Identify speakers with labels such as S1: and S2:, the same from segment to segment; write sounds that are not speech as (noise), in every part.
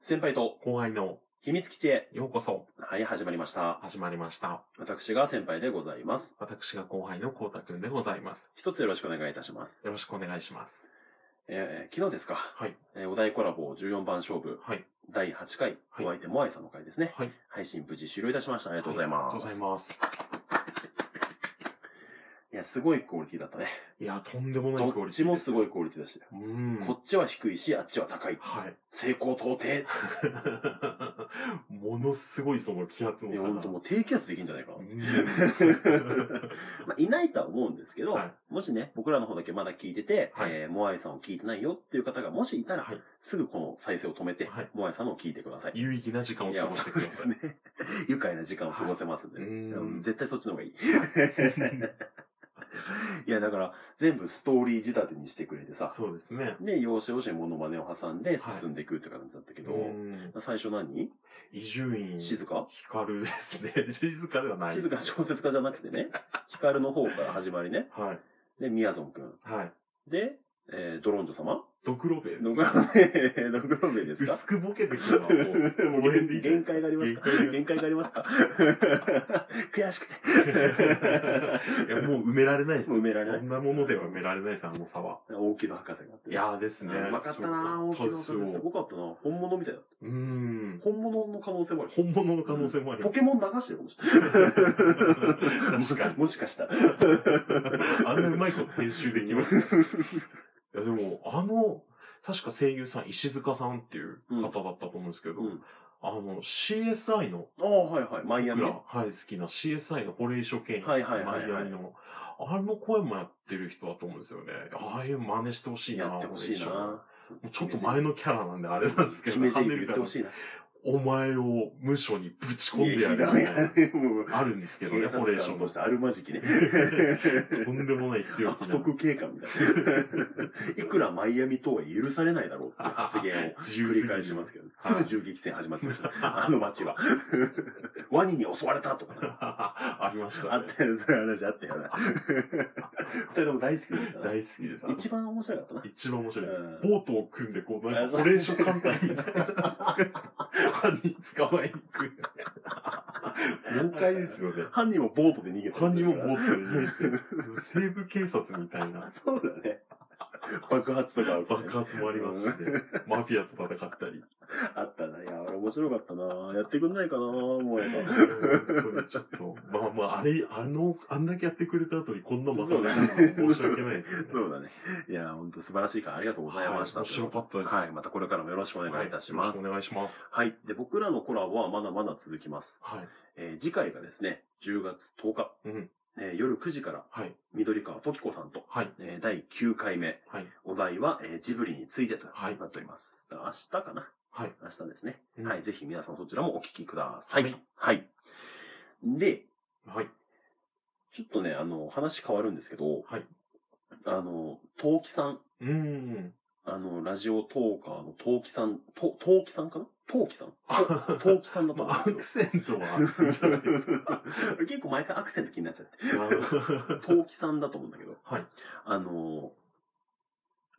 S1: 先輩と
S2: 後輩の
S1: 秘密基地へ。
S2: ようこそ
S1: はい、始まりました。
S2: 始まりました。
S1: 私が先輩でございます。
S2: 私が後輩のこうたくんでございます。
S1: 一つよろしくお願いいたします。
S2: よろしくお願いします。
S1: えー昨日ですか。
S2: はい。
S1: えーお題コラボ14番勝負
S2: はい。
S1: 第8回、
S2: はい
S1: お相手も愛さんの回ですね。
S2: はい。あり
S1: 配信無事終了いたしました。ありがとうございます。
S2: ありがとうございます。
S1: いや、すごいクオリティだったね。
S2: いや、とんでもないク
S1: ど
S2: オ
S1: っ
S2: リ
S1: ち
S2: ティ
S1: も
S2: ですす。
S1: ごいクオリティだし、
S2: うん。
S1: こっちは低いし、あっちは高い。
S2: はい。
S1: 成功到底。い
S2: ものすごい (laughs) その気圧の
S1: や、
S2: 差
S1: ほ
S2: が。
S1: んともう低気圧できんじゃないかな
S2: う。
S1: (laughs)
S2: ん
S1: まあ、いないとは思うんですけど、
S2: はい
S1: もしね、僕らの方だけまだ聞いてて、
S2: はい
S1: えーモアイさんを聞いてないよっていう方がもしいたら、
S2: はい
S1: すぐこの再生を止めて、
S2: はい
S1: モアイさんのを聞いてください。
S2: 有意義な時間を
S1: い
S2: 過
S1: や、
S2: ごして
S1: そ
S2: く
S1: う
S2: だ
S1: で
S2: さ
S1: す
S2: い。
S1: ね。 (laughs) 愉快な時間を過ごせますんで、
S2: う
S1: ねうん
S2: ん。
S1: 絶対そっちの方が
S2: (laughs)
S1: いい。
S2: はい
S1: や、だから、全部ストーリー仕立てにしてくれてさ、
S2: そうですね。
S1: で、要所要所にモノマネを挟んで進んでいくって感じだったけど、
S2: うん
S1: 最初何
S2: 伊集院
S1: 静か
S2: 光ですね。 (laughs) 静かではない。
S1: 静か小説家じゃなくて
S2: (laughs)
S1: ね、ヒカルの方から始まりね。
S2: はい。
S1: で、みやぞんくん。
S2: はい。
S1: で、えー、ドロンジョ様
S2: ドクロベです
S1: ドグロベ、ドグロベですか
S2: 薄くボケてくるのはもう、
S1: もう
S2: この辺でいいじゃない
S1: 限界がありますか
S2: 限界が
S1: 限界がありますか悔しくて。
S2: いや、もう埋められないですよ。
S1: もう埋められない
S2: そんなものでは埋められないです、あの差は。
S1: 大木戸博士があって
S2: い
S1: ね。
S2: やーです
S1: う
S2: ね。
S1: ん、うまかったな大木戸
S2: そう
S1: 博士。すごかったな本物みたいだった。
S2: うーん。
S1: 本物の可能性もある。
S2: 本物の可能性もあり
S1: ポ
S2: ま
S1: ケモン流してるかもしれない。
S2: す。確かに。
S1: もしかしたら。
S2: あんなうまいこと編集できます。いや、でも、あの、確か声優さん、石塚さんっていう方だったと思うんですけど、
S1: うん
S2: あの、CSI の、
S1: ああ、はいはい。マイアミね。
S2: 僕らはい、好きな CSI のホレイショケイン、
S1: はいはいはいはい
S2: マイアミの、あの声もやってる人だと思うんですよね。ああいう真似してほしいな
S1: やってほしい
S2: ホレイショケインも
S1: な。
S2: うちょっと前のキャラなんであれなんですけど、
S1: 決め台詞
S2: 跳ね
S1: 言
S2: る
S1: っ
S2: か
S1: て
S2: ら
S1: ほしいな。
S2: お前を無所にぶち込んでやる
S1: い
S2: みたい
S1: やひど
S2: ない
S1: やねもう
S2: あるんですけど
S1: 警
S2: ね、
S1: 察
S2: ホレーシ
S1: 官
S2: ョン
S1: と
S2: の
S1: してあるまじきね。
S2: とんでもない (laughs) 強気
S1: 悪
S2: な
S1: 徳警官みたいな。 (laughs) いくらマイアミ党は許されないだろうっていう発言を
S2: 自
S1: 繰
S2: 由す (laughs)
S1: り
S2: ぎ
S1: 返
S2: る
S1: しますけど、す
S2: は
S1: ぐ
S2: い
S1: 銃撃戦始まっちゃうし、 (laughs) あの街は。ワニに襲われたとかね。
S2: ありまし
S1: あ
S2: た
S1: っ
S2: ね。
S1: たよ、そういう話あった
S2: (laughs)
S1: よね。二人とも大好きですからね。
S2: 大好きです。あの
S1: 一番面白かったな。
S2: 一番面白い。
S1: うん
S2: ボートを組んで、こう、なんか、ホレーション艦隊みたいな。 (laughs) 犯人捕まえに行く。豪快ですよね。
S1: 犯人もボートで逃げた。
S2: 犯人もボートで逃げて、 (laughs) 西部警察みたいな
S1: そうだね。爆発とか起きたね
S2: 爆発もありますしね。マフィアと戦ったり。
S1: あったな。いや、あれ面白かったな。やってくんないかな、もうやさん。
S2: 本当にちょっと、まあまあ、あれ、あの、あんだけやってくれた後にこんなまたね、申し訳ないですよね。
S1: そうだね。いや、本当素晴らしいからありがとうございました。
S2: はい面白かったです
S1: はい、またこれからもよろしくお願いいたします。は
S2: は
S1: い
S2: よろし
S1: い
S2: くお願いします。
S1: で、僕らのコラボはまだまだ続きます。
S2: はい。
S1: えー次回がですね、10月10日、
S2: うん
S1: えー夜9時から、
S2: はい。
S1: 緑川時子さんと、
S2: はい。
S1: えー第9回目、
S2: はい。
S1: お題は、えージブリについてと
S2: はい
S1: なっております。明日かな
S2: はい。
S1: 明日ですね。
S2: うん
S1: はい、ぜひ皆さんそちらもお聞きください。
S2: はい
S1: はい。で、
S2: はい。
S1: ちょっとね、あの、話変わるんですけど、
S2: はい
S1: あの、陶器さん、
S2: うー
S1: (laughs)
S2: ん。
S1: あの、ラジオトーカーの陶器さん、と陶器さんかな陶器さんと陶器さんだと
S2: ま
S1: 思
S2: あ、ア
S1: うん
S2: ク
S1: です
S2: セントはある
S1: け
S2: んじゃないで
S1: ど
S2: すか。
S1: 結構毎回アクセント気になっちゃって。
S2: あ
S1: (laughs)
S2: の
S1: 陶器さんだと思うんだけど、
S2: はい。
S1: あの、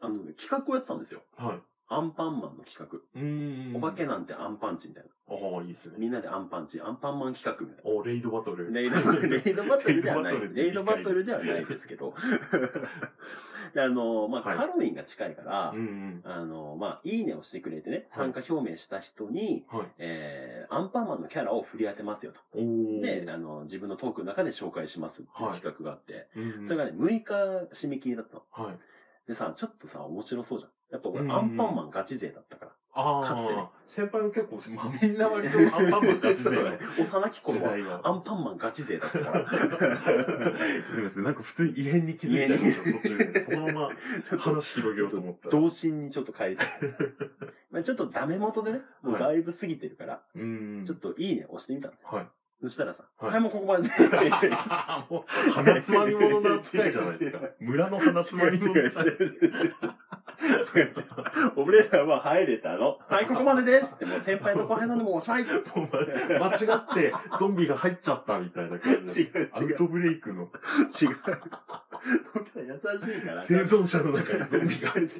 S1: あの、企画をやってたんですよ。
S2: はい。
S1: アンパンマンの企画。
S2: うーん。
S1: お化け
S2: あ
S1: なんてアンパンチみたいな。
S2: あ、いいですね。
S1: みんなでアンパンチ、アンパンマン企画みたいな。
S2: お、レイドバトル。
S1: レイドバト
S2: (laughs)
S1: ル、レイドバトルではない。レ
S2: レ
S1: イ
S2: イ
S1: ド
S2: ド
S1: バ
S2: バ
S1: ト
S2: ト
S1: ル
S2: ル
S1: ではないです
S2: (laughs)
S1: けど。であの、まあ、
S2: はい
S1: ハロウィンが近いから
S2: う、ん
S1: あの、まあ、いいねをしてくれてね、
S2: はい
S1: 参加表明した人に、
S2: うん。はい。
S1: えー、アンパンマンのキャラを振り当てますよと。
S2: おー。
S1: で、あの、自分のトークの中で紹介しますっていう企画があって、
S2: うん
S1: それがね、6日締め切りだったの。
S2: はい。
S1: でさ、ちょっとさ、面白そうじゃん。やっぱ
S2: う
S1: 俺、
S2: ん
S1: アンパンマンガチ勢だったから。
S2: ああ、
S1: かつてね
S2: 先輩も結構、まあ、みんな割とアンパンマンガチ勢
S1: そう
S2: の
S1: だね (laughs) 幼き頃
S2: 時
S1: は、
S2: 代は。
S1: アンパンマンガチ勢だった
S2: (laughs)
S1: から。
S2: すみません、なんか普通に異変に気づいちゃうんですよ、途中で。その
S1: ち
S2: ま
S1: ょ
S2: ま
S1: っと
S2: 話広げようと思ったら。
S1: 童心にちょっと
S2: (laughs)
S1: 変えて。まあちょっとダメ元でね、もうだいぶ過ぎてるから、
S2: うーん。
S1: ちょっといいね押してみたんですよ。
S2: はい。
S1: そしたらさ、は、
S2: はいい
S1: もうここま
S2: (laughs)
S1: で。
S2: もう、鼻つまみ物の扱いじゃないですか。村の鼻つまみ物の扱い。
S1: 違う違う俺らは入れた
S2: (laughs)
S1: の。はい、ここまでですって、もう先輩と後輩さんでもうおしまい。違う
S2: もう間違って、ゾンビが入っちゃったみたいな感じ
S1: 違
S2: で。
S1: う
S2: アウトブレイクの
S1: 違う。徳さん優しいから。
S2: 生存者の中にゾンビが。
S1: 違う違う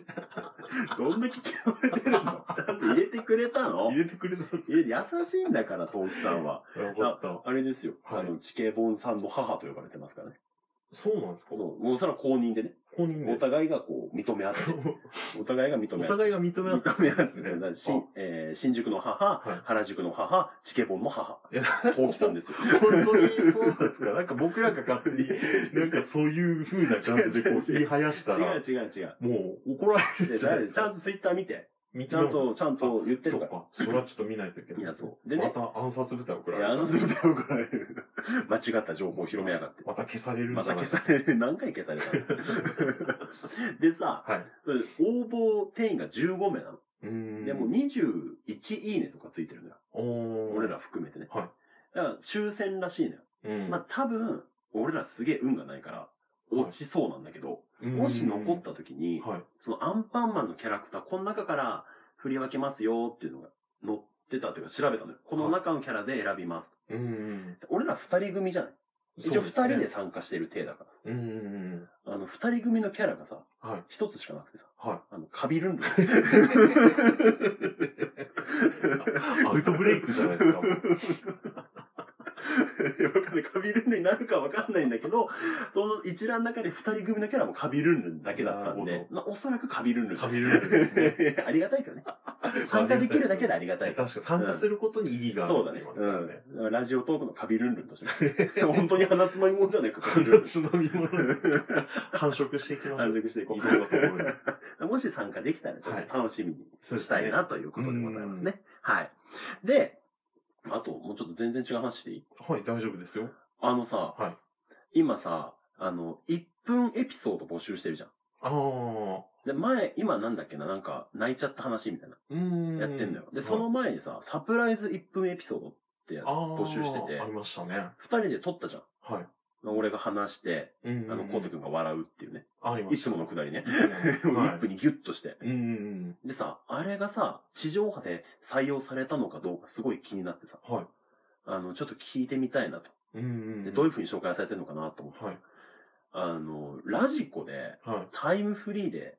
S1: どんだけ嫌われてるのちゃんと入れてくくれたの
S2: 入れてくれたんです
S1: いや優しいんだから、トウキさんは。
S2: よ。よかった。
S1: あれですよ。
S2: はい
S1: あの、チケボンさんの母と呼ばれてますからね。
S2: そうなんですか
S1: そう。もうそれは公認でね。
S2: 公認
S1: お
S2: で。
S1: 互いがこう、認め合
S2: (laughs)
S1: って。お互いが認
S2: お
S1: め合って。
S2: 互いが認め合った。
S1: 認め合って
S2: ね
S1: そうだからしえー新宿の母、
S2: はい
S1: 原宿の母、チケボンの母。
S2: いや
S1: トウキさんですよ。
S2: (laughs)
S1: (laughs)
S2: 本当にそうなんですかなんか僕らが勝手に、なんかそういう風な感じでこう言いはやした
S1: 違
S2: ら
S1: う、違う違う。
S2: もう怒られ
S1: で
S2: るじゃな
S1: 誰
S2: いで
S1: ですちゃ
S2: か
S1: ん。とツイッター見て。
S2: 見
S1: ちゃんと、ちゃんと言って
S2: そ
S1: る
S2: う
S1: から。
S2: か。それはちょっと見ないといけない。
S1: いやそうでね
S2: また暗殺部隊送ら
S1: い
S2: れ
S1: や、あ
S2: る。
S1: のすぐ怒られる。 (laughs) 間違った情報を広めやがって。
S2: また消されるん
S1: ま
S2: じゃ
S1: た
S2: ない
S1: 消
S2: か。
S1: される。 (laughs) 何回消されたの (laughs) でさ、
S2: はい。
S1: 応募定員が15名なの。
S2: うーん。
S1: で、もう、21いいねとかついてるのよ。
S2: おー
S1: 俺。ら含めてね。
S2: はい
S1: だから、抽選らしいのよ。
S2: うん。
S1: まあ、多分、俺らすげえ運がないから、落ちそうなんだけど、もし残った時に、
S2: はい。
S1: そのアンパンマンのキャラクター、この中から振り分けますよっていうのが載ってたっていうか調べたのよ。この中のキャラで選びます。
S2: うん。
S1: 俺ら二人組じゃない一応二人で。参加してる体だか
S2: うん。
S1: ら。あの、二人組のキャラがさ、
S2: はい。
S1: 一つしかなくてさ、
S2: はい。
S1: あの、カビルンルン。
S2: (laughs) アウトブレイクじゃないで
S1: (laughs)
S2: すか。
S1: わかんない。カビルンルンになるかわかんないんだけど、その一覧の中で二人組のキャラもカビルンルンだけだったん
S2: な
S1: で
S2: る、
S1: まあ、おそらくカビルンルンです。
S2: カビルンルンです
S1: ね。 (laughs) ありがたいけどね。参加できるだけでありがたい
S2: 確。かに参加することに意義がある
S1: そう
S2: っ
S1: だ
S2: て
S1: ね
S2: 言いま。すからね。
S1: うん。ラジオトークのカビルンルンとして。本当に鼻つまみもんじゃねえか、カビルンルン。
S2: (laughs) つまみ物
S1: (laughs)
S2: です繁殖していきましょ
S1: 完
S2: う。
S1: 熟していこ
S2: いうろんなところに。
S1: もし参加できたら、ちょっと楽しみ
S2: (laughs) そう
S1: に
S2: で
S1: し
S2: すね
S1: たいなということでございますね。はい。で、あと、もうちょっと全然違う話していい
S2: はい、大丈夫ですよ。
S1: あのさ、
S2: はい
S1: 今さ、あの、1分エピソード募集してるじゃん。
S2: ああ。
S1: で、前、今なんだっけな、なんか、泣いちゃった話みたいな、
S2: うーん。
S1: やってんのよ。で、その前にさ、サプライズ1分エピソードってや
S2: はい、
S1: 募集してて
S2: あーありましたね。
S1: 二人で撮ったじゃん。
S2: はい。
S1: 俺が話して、
S2: うんうん
S1: あの、コウタ君が笑うっていうね。
S2: ありま
S1: い
S2: し
S1: つ
S2: た。
S1: ものくだりね。
S2: い
S1: (laughs)
S2: つものはい
S1: 1分にギュッとして。
S2: うんうん
S1: でさ、あれがさ、地上波で採用されたのかどうかすごい気になってさ、
S2: うん。はい。
S1: あの、ちょっと聞いてみたいなと。
S2: うんうん
S1: で、どういう
S2: う
S1: 風に紹介されてるのかなと思ってさ、
S2: はい。
S1: あの、ラジコで
S2: はい。
S1: タイムフリーで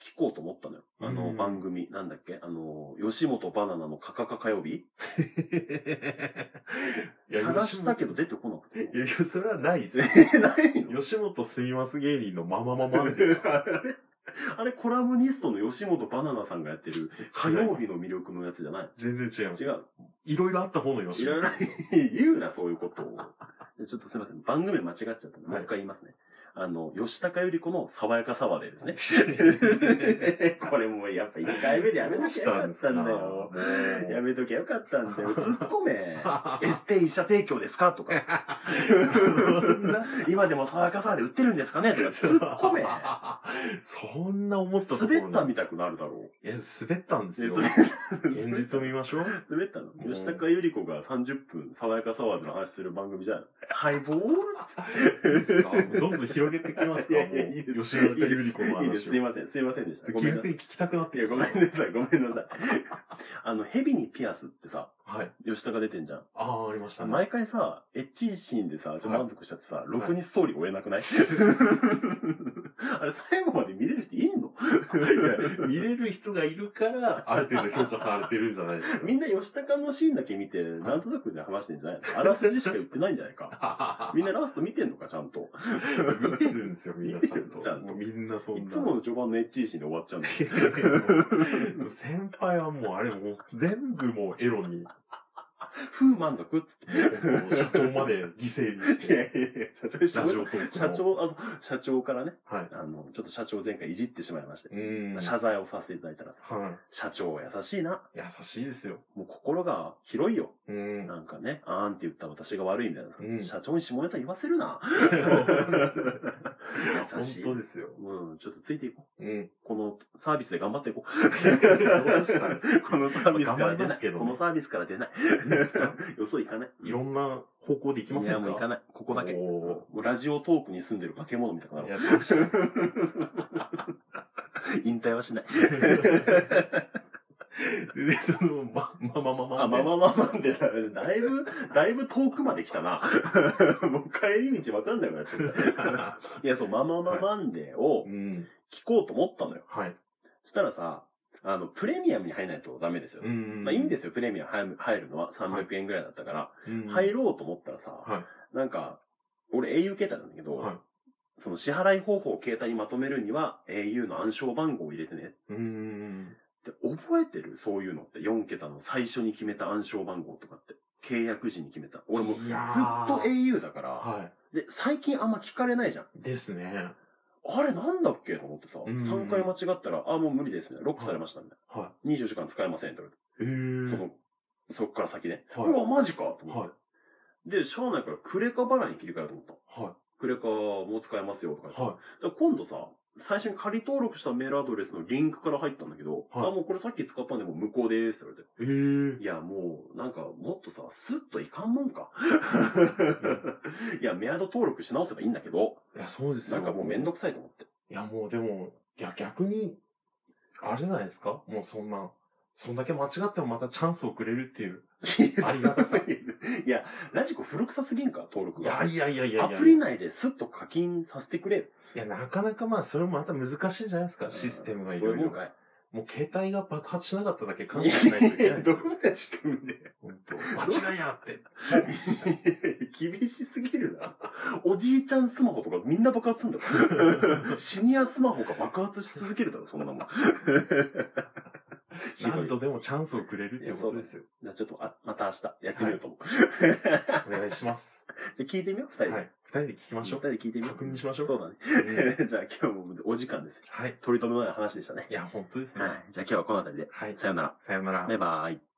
S1: 聞こうと思ったのよ。あ
S2: う
S1: の
S2: ん
S1: 番組、なんだっけあの、吉本バナナのカカカ火曜日 (laughs)
S2: いや
S1: 探したけど出てこなくて。
S2: いや、いやそれはないですよ。
S1: (laughs) ないの
S2: 吉本すみます芸人のままままですよ
S1: あれ、コラムニストの吉本バナナさんがやってる (laughs) 火曜日
S2: 違います
S1: の魅力のやつじゃない
S2: 全然違います
S1: 違。う。
S2: いろいろあった方の吉
S1: いろい
S2: 本
S1: ろ。言うな、そういうことを。 (laughs) でちょっとすいません。番組名間違っちゃったんで、もう一回言いますね。あの、吉高由里子の爽やかサワーでですね。
S2: (laughs)
S1: (laughs) これもうやっぱ一回目でやめときゃよかったんだよ。や
S2: やめ
S1: めときゃよかったんだ (laughs) よ。突っ込め。エステ医者提供ですか (laughs) とか。今でも爽やかサワーで売ってるんですかねとか。突っ込め。
S2: (laughs) そんな思ったところ
S1: 滑っ
S2: に
S1: たみたくなるだろ
S2: いや、滑ったんで
S1: う。
S2: す
S1: で
S2: よ。
S1: 滑
S2: 現実を見ましょう。
S1: (laughs) 滑ったの吉高由里子が30分爽やかサワーでの話する番組じゃん。ハイボール
S2: いいですかどんどん広げていきますか
S1: い
S2: も
S1: や
S2: う
S1: いや、いいです。
S2: 吉永田由里子の
S1: いいです。す
S2: 話
S1: い
S2: を。
S1: ません、すいませんでした。ごめんない
S2: 聞
S1: さ
S2: て
S1: い。
S2: 聞きたくなって
S1: いや、ごめんなさい、ごめんなさい。あの、蛇にピアスってさ、
S2: はい。
S1: 吉高出てんじゃん。
S2: ああ、ありましたね。
S1: 毎回さ、エッチいシーンでさ、ちょっと満足しちゃってさ、ろくにストーリー終えなくない (laughs) あれ、最後まで見れる人いんの
S2: いや見れる人がいるから、ある程度評価されてるんじゃないですか。
S1: みんな吉高のシーンだけ見て、なんとなくで話してんじゃないのあらすじしか言ってないんじゃない (laughs) か。みんなラスト見てんのか、ちゃんと。
S2: 見てるんですよ、みんなちゃん
S1: 見てるちゃ
S2: と。
S1: んと
S2: もうみんなそん
S1: い
S2: な。
S1: つもの序盤のエッチいシーンで終わっちゃうんだよ
S2: いやいやもう (laughs) 先輩はもうあれもう全部もうエロに、も
S1: 風満足っつって。
S2: う社長まで犠牲にし
S1: いや
S2: て、
S1: いやいや、社長
S2: ラジオトーク
S1: 社
S2: の。
S1: 長、あそう社長からね、
S2: はい。
S1: あの、ちょっと社長前回いじってしまいまして、
S2: うーん。
S1: 謝罪をさせていただいたらさ、
S2: は
S1: 社長は優しいな。
S2: い。優しいですよ。
S1: もう心が広いよ。
S2: うーん。
S1: なんかね、あーんって言った私が悪いみたいなさ、
S2: うん
S1: 社長に下ネタ言わせるな。優
S2: 本
S1: しい。
S2: 当ですよ。
S1: うん、ちょっとついていこう。 (laughs)
S2: うん。
S1: このサービスで頑張っていこう。
S2: うしたんですか
S1: このサービスから出
S2: 頑張り
S1: ない。
S2: ますけどね
S1: このサービスから出ない。
S2: ですか
S1: よそ行かない。
S2: いろんな方向で行きません
S1: い
S2: か
S1: や、もう行かない。ここだけ。も
S2: おー
S1: うラジオトークに住んでる化け物みたいな。
S2: やってましたね
S1: 引退はし
S2: (laughs)
S1: ない。
S2: で、その、ま、ま、ま、ま、ま、
S1: あ、まあまあまあまあって、だいぶ、だいぶ遠くまで来た
S2: (laughs)
S1: な。もう帰り道わかんなくなっちゃった。いや、そう、まあまあまあマンデーを
S2: (laughs) うん。
S1: 聞こうと思ったのよ。
S2: はい。
S1: したらさ、あの、プレミアムに入らないとダメですよ。
S2: うん。
S1: まあいいんですすよ、プレミアム入る入るのは300円ぐらいだったから、
S2: うん
S1: 入ろうと思ったらさ、
S2: は
S1: なんか、俺 au 携帯なんだけど、
S2: はい
S1: その支払い方法を携帯にまとめるには au の暗証番号を入れてね。
S2: うん。
S1: って覚えてるそういうのって。4桁の最初に決めた暗証番号とかって。契約時に決めた。俺もうずっ
S2: いやー
S1: と au だから。
S2: は
S1: で、最近あんま聞かれないじゃん。
S2: い。ですね。
S1: あれなんだっけと思ってさ、
S2: うん
S1: 3回間違ったら、あ、もう無理ですみたいな。ロックされましたみたい
S2: は
S1: な。24時間使えませんって言わ
S2: い。へえ。
S1: れて。その、そっから先ね。
S2: は
S1: うわ、マジかと
S2: い。
S1: 思っ
S2: は
S1: て。で、しゃあないからクレカ払いに切り替えようと思った。
S2: い。は
S1: クレカも使えますよとか言っ
S2: い。
S1: て。
S2: は
S1: じゃあ今度さ、最初に仮登録したメールアドレスのリンクから入ったんだけど、
S2: はい
S1: あ、もうこれさっき使ったんでもう無効でーすって言われて。
S2: い。へ
S1: いや、もう、なんか、もっとさ、スッといかんもんか。 (laughs) いや、メアド登録し直せばいいんだけど、
S2: え。いや、そうですよ。
S1: なんかもうめんどくさいと思って。
S2: いや、もうでも、いや、逆に、あれじゃないですかもうそんな、そんだけ間違ってもまたチャンスをくれるっていう。ありがた
S1: (laughs)
S2: さ
S1: いや、ラジコ古臭すぎんか、登録
S2: いや
S1: が。
S2: いやいやいや
S1: ア
S2: いや。
S1: プリ内でスッと課金させてくれよ。
S2: いや、なかなかまあ、それもまた難しいじゃないですか。システムがい
S1: そう
S2: ろ
S1: いう
S2: い
S1: もん
S2: ろ。
S1: かい。
S2: もう携帯が爆発しなかっただけ感謝しないとい
S1: い
S2: けな
S1: や、(laughs)
S2: いです
S1: ど
S2: よ。
S1: んな仕組みで。 (laughs)
S2: 本当間違いやって。
S1: 厳しすぎるな。おじいちゃんスマホとかみんな爆発すんだ
S2: (laughs)
S1: ろ。シニアスマホが爆発し続けるだろ、そんなもん。ひど
S2: 何
S1: い
S2: 度でもチャンスをくれるっていうことですよ。
S1: じゃあちょっと、あ、また明日やってみようと思う。
S2: お願いします。
S1: じゃあ聞いてみよう、二人
S2: は
S1: で。
S2: い。二人で聞きましょ
S1: 二人
S2: う。
S1: で聞いてみよう。
S2: 確認しましょう
S1: そうだね。
S2: うん
S1: じゃあ今日もお時間ですよ。
S2: はい。
S1: 取り留めのない話でしたね。
S2: いや、本当ですね
S1: は。い。じゃあ今日はこの辺りで。
S2: はい。
S1: さようなら。
S2: さよなら
S1: バイ。バーイ。